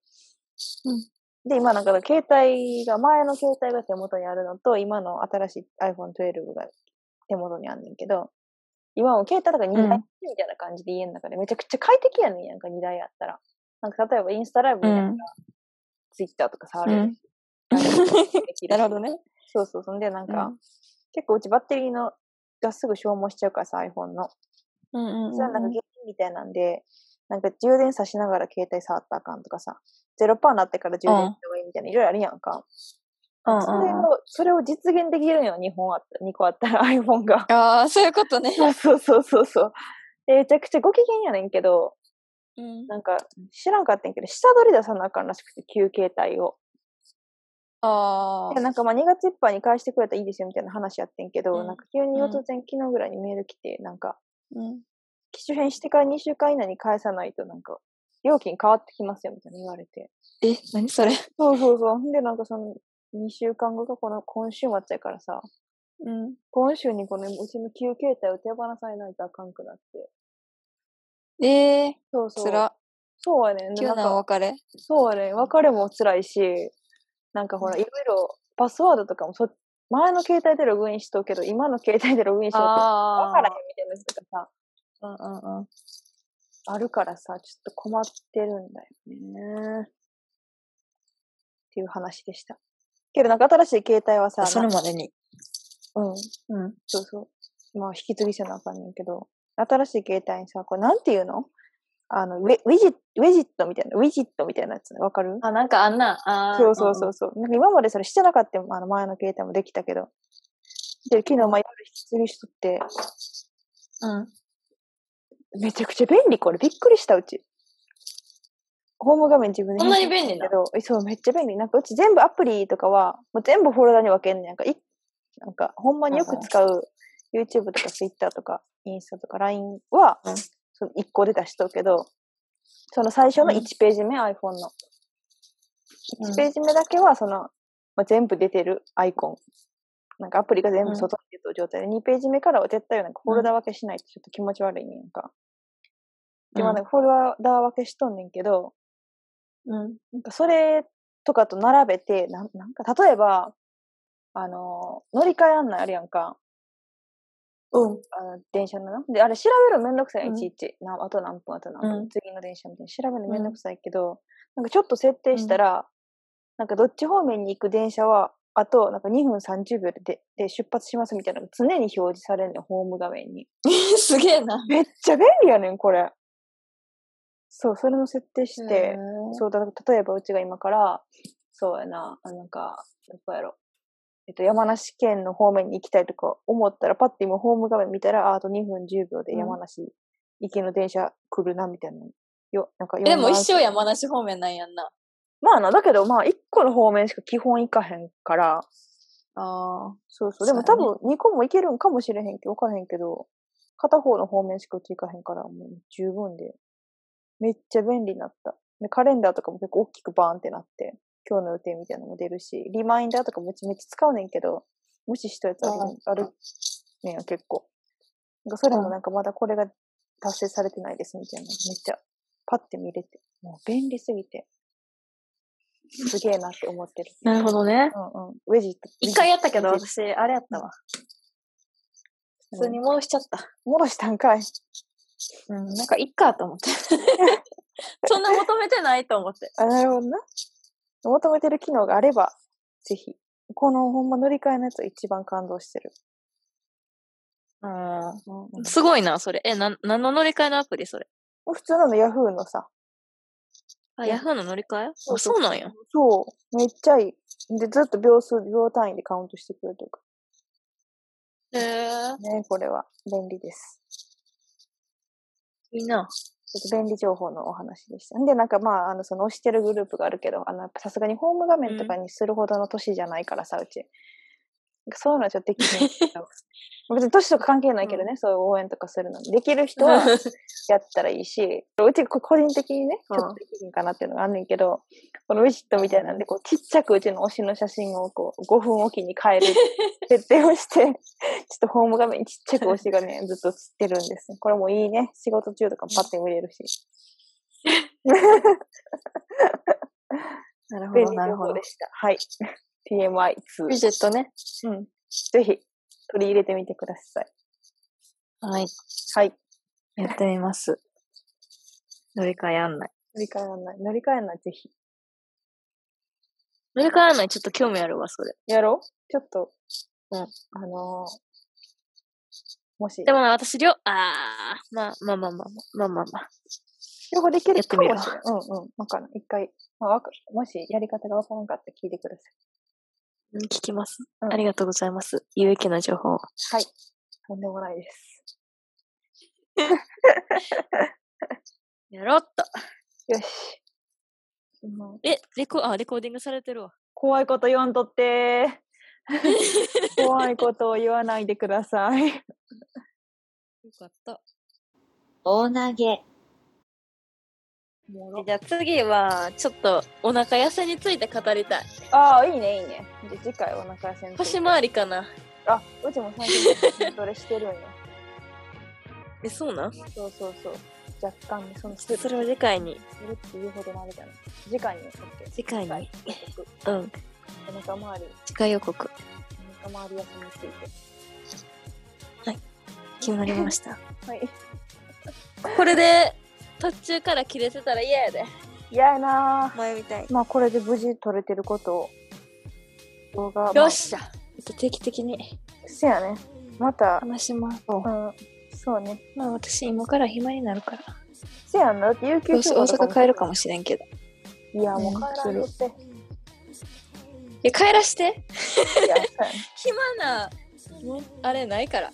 D: うん
A: で、今なんか携帯が、前の携帯が手元にあるのと、今の新しい iPhone12 が手元にあんねんけど、今も携帯とか2台みたいな感じで家の中で、めちゃくちゃ快適やねんやんか、2台あったら。なんか例えばインスタライブみたいな、
D: うん
A: Twitter とか触
D: う
A: れる
D: ん。なるほどね。
A: そうそう。そんで、なんか、
D: うん
A: 結構うちバッテリーのがすぐ消耗しちゃうからさ、iPhone の。
D: うんうんうん。
A: それはなんか原因みたいなんで、なんか充電さしながら携帯触ったらあかんとかさ、0%になってから充電した方がいいみたいな、いろいろあるやんか。
D: うん
A: そ
D: うん
A: れ
D: うん
A: を、それを実現できるのよ、2本あった、2個あった [laughs] ら iPhone が。
D: ああ、そういうことね。
A: そうそうそうそうそう。でめちゃくちゃご機嫌やねんけど、
D: うん。
A: なんか知らんかったんやけど、下取り出さなあかんらしくて、旧携帯を。
D: あ
A: で
D: あ。
A: なんかまあ2月いっぱいに返してくれたらいいですよみたいな話やってんけど、
D: うん
A: なんか急に
D: うん
A: 突然昨日ぐらいにメール来て、なんか、
D: うん。
A: 機種変してから2週間以内に返さないとなんか、料金変わってきますよみたいな言われて。
D: え、何それ。
A: そうそうそう。ほんでなんかその2週間後がこの今週末やからさ、
D: うん。
A: 今週にこのうちの旧携帯を手放さないとあかんくなって。
D: ええ、
A: そうそ
D: つ
A: う。
D: ら。
A: そうやねん。
D: 急
A: なん
D: なお
A: か、
D: 別れ
A: そうやねん。別れも辛いし、なんかほら、いろいろ、パスワードとかもそ、前の携帯でログインしとくけど、今の携帯でログインしとくけど、わ
D: あ
A: からへんみたいなやつとかさ、
D: あ。うんうんうん。
A: あるからさ、ちょっと困ってるんだよね。っていう話でした。けどなんか新しい携帯はさ、
D: それまでに。
A: なうん、
D: うん。
A: そうそう。まあ引き継ぎせなあかんねんけど、新しい携帯にさ、これなんていうのあのウェウィジット、ウェジットみたいな、ウィジットみたいなやつね、わかる
D: あ、なんかあんな。あー
A: そうそうそうそう。なんか今までそれしてなかったよあの前の携帯もできたけど。で、昨日、まあ、夜引き継ぎしとって、
D: うん。うん。
A: めちゃくちゃ便利これ。びっくりした、うち。ホーム画面自分で
D: こんなに便利
A: だ
D: な
A: けど、えそう、めっちゃ便利。なんかうち全部アプリとかは、もう全部フォルダに分けんねん。なんか、いなんかほんまによく使う YouTube とか Twitter とかインスタとか LINE は、
D: うん
A: その1個で出しとくけど、その最初の
D: うん
A: 1ページ目、iPhone の。
D: うん
A: 1ページ目だけは、その、まあ、全部出てるアイコン。なんかアプリが全
D: う
A: 部
D: ん
A: 外に出てる状態で、2ページ目からは絶対なんかフォルダ分けしないとちょっと気持ち悪いねんか。で、まあなんかフォルダ分けしとんねんけど、
D: うん。
A: なんかそれとかと並べて、なんなんか例えば、あの、乗り換え案内あるやんか、
D: うん。
A: あの電車のな。で、あれ調べるのめんどくさい、
D: う
A: い
D: ん
A: ちいち。なあと何分、あと何分、
D: うん
A: 次の電車みたいな。調べるのめんどくさいけど、なんかちょっと設定したら、なんかどっち方面に行く電車は、あと、なんか2分30秒でで出発しますみたいなのが常に表示されるの、ホーム画面に。
D: [laughs] すげえな。
A: めっちゃ便利やねん、これ。そう、それの設定して、
D: へー
A: そうだ、例えばうちが今から、そうやな、あなんか、どこやろ。えっと、山梨県の方面に行きたいとか思ったら、パッて今ホーム画面見たら、ああと2分10秒で
D: うん
A: 山梨行きの電車来るな、みたいな。よ、なんか
D: えでも
A: 読んだ
D: 一生山梨方面なんやんな。
A: まあな、だけどまあ1個の方面しか基本行かへんから、
D: ああ。
A: そうそう。でも多
D: そうやね
A: 分2個も行けるんかもしれへんけど、分からへんけど、片方の方面しかうち行かへんから、もう十分で。めっちゃ便利になった。で、カレンダーとかも結構大きくバーンってなって、今日の予定みたいなのも出るし、リマインダーとかもうちめっちゃ使うねんけど、無視したやつある
D: うん
A: あるねんよ、結構。なんかそれ
D: う
A: も
D: ん
A: なんかまだこれが達成されてないですみたいな。めっちゃパッて見れて、もう便利すぎて。すげえなって思ってる。
D: なるほどね。
A: うんうん。ウェジット。
D: 一回やったけど、
A: ウェジット
D: 私、あれやったわ。普通に戻しちゃった。
A: 戻したんかい。
D: うん、なんか、いっかと [laughs] 思って。そんな求めてないと思って。
A: あ、なるほどな。求めてる機能があれば、ぜひ。このほんま乗り換えのやつ一番感動してる。
D: うん。
A: うんうん
B: すごいな、それ。え、なん、何の乗り換えのアプリそれ。
A: 普通なの Yahoo のさ。
B: あ、ヤフーの乗り換えあ、
A: そうそう
B: そうなんや。
A: そう。めっちゃいい。で、ずっと秒数、秒単位でカウントしてくれるとか。
B: へえ。
A: ね、これは便利です。
B: いいな。
A: ちょっと便利情報のお話でした。んで、なんかまあ、あの、その押してるグループがあるけど、あの、やっぱさすがにホーム画面とかにするほどの年じゃないからさ、うち。なんかそういうのはちょっとできないけど。別に年とか関係ないけどね、そういう応援とかするのに。できる人は、やったらいいし、うちこ個人的にね、ち
D: うん
A: ょっとできるかなっていうのがあんねんけど、このウィジットみたいなんで、こう、ちっちゃくうちの推しの写真をこう、5分おきに変え
D: [laughs]
A: る設定をして、ちょっとホーム画面にちっちゃく推しがね、ずっと映ってるんです。これもいいね。仕事中とかもパッて見れるし。
D: なる
A: 便利情報でした。
D: [laughs]
A: はい。
D: ビ
A: TMI2。
D: ジェットね。
A: うん。ぜひ、取り入れてみてください。
D: はい。
A: はい。
D: やってみます。乗り換え案内。
A: 乗り換え案内。乗り換え案内ぜひ。
B: 乗り換え案内ちょっと興味あるわ、それ。
A: やろうちょっと、
B: うん
A: あのーもし
B: で、もな、私、りょ、あー、まあ、まあまあまあまあまあまあ。
A: 両方できる
B: やっ
A: か
B: てみる
A: もしれない。うんうん。わからん。一回、まあ、わかもしやり方がわからんかったら聞いてくださ
B: うん聞きます。
A: うん
B: ありがとうございます。有益な情報を。
A: い。はい。とんでもないです。
B: やろっと。
A: よし。うん
B: え、レコ、あ、レコーディングされてるわ。
A: 怖いこと言わんと
B: [laughs]
A: って。怖いことを言わないでくださ
B: [laughs]
A: い。
B: よかった。
C: 大投げ、
B: じゃあ次は、ちょっと、お腹痩せについて語りたい。
A: ああ、いいね、いいね。じゃあ次回お腹痩せんと
B: 腰回りかな。
A: あ、うちも最近筋トレしてるんよ。
B: え、そうなん
A: そうそうそう。若干ね、その
E: それを次回に。
A: するっていうほどのあれじゃない。次回に、OK
E: 次回
A: 次回
E: に。うん。
A: お腹周り、
B: 次回予告。
A: お腹周り休みについて。
E: 決まりま
B: [laughs]
E: した。
A: はい。
E: これで、途中から切れてたら嫌やで。
A: 嫌やな
E: 前みたいに。
A: ぁ。まあ、これで無事撮れてることを、動画、
E: よっしゃ。
D: 定期的に
A: まあせやね。また、
B: 話します。
A: うん、そうね。
B: まあ私、今から暇になるから。
A: せやんな。だって、有
B: ど
A: 給
B: うせ
A: 休
B: 大
A: 暇とかも
B: 阪帰るかもしれんけど。
A: いや、もう帰らんとって。
B: え、帰らして
A: いや、そうやね。
E: 暇な、もあれないから。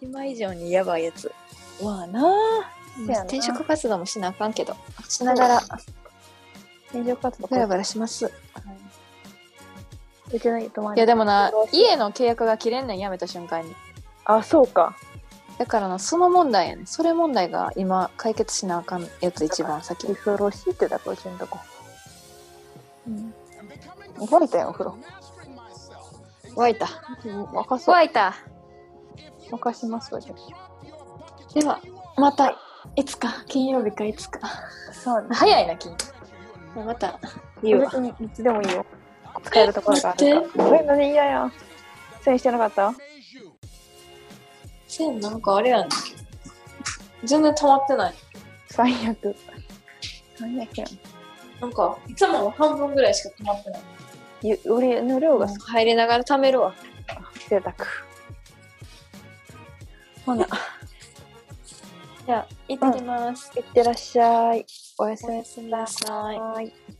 B: 暇以上にやばいやつ。
D: まあな
A: せやな
B: 転職活動もしなあかんけど。
D: しながら
A: 転職活動
B: バラバラします。
A: うちの泊ま
D: い
A: り。
D: やでもな家の契約が切れんねんやめた瞬間に
A: あ、そうか。
D: だからなその問題やねんそれ問題が今解決しなあかんやつ一番先
A: お風呂敷ってだから、うちのとこ。うん。動いたよ、お風呂。
D: 沸いた
A: 沸かそう。
D: 沸いた
A: 沸かします、私。
D: ではまたいつか金曜日かいつか
A: そうね。
D: 早いな金曜
B: また、
A: 別にいつでもいいよ。使えるところがあ
B: え
A: るから。そういうのね、嫌や。せいしてなかった
D: せやななんかあれやねん全然溜まってない
A: 最悪。最悪やん。
D: なんかいつもの半分ぐらいしか溜まってない
A: ゆ俺の量が
D: 入りながら貯めるわ
A: 贅沢。ほな、
D: じゃあ行ってきます、
A: いってらっしゃい。おやすみ
D: おやすみなさい
A: なさい。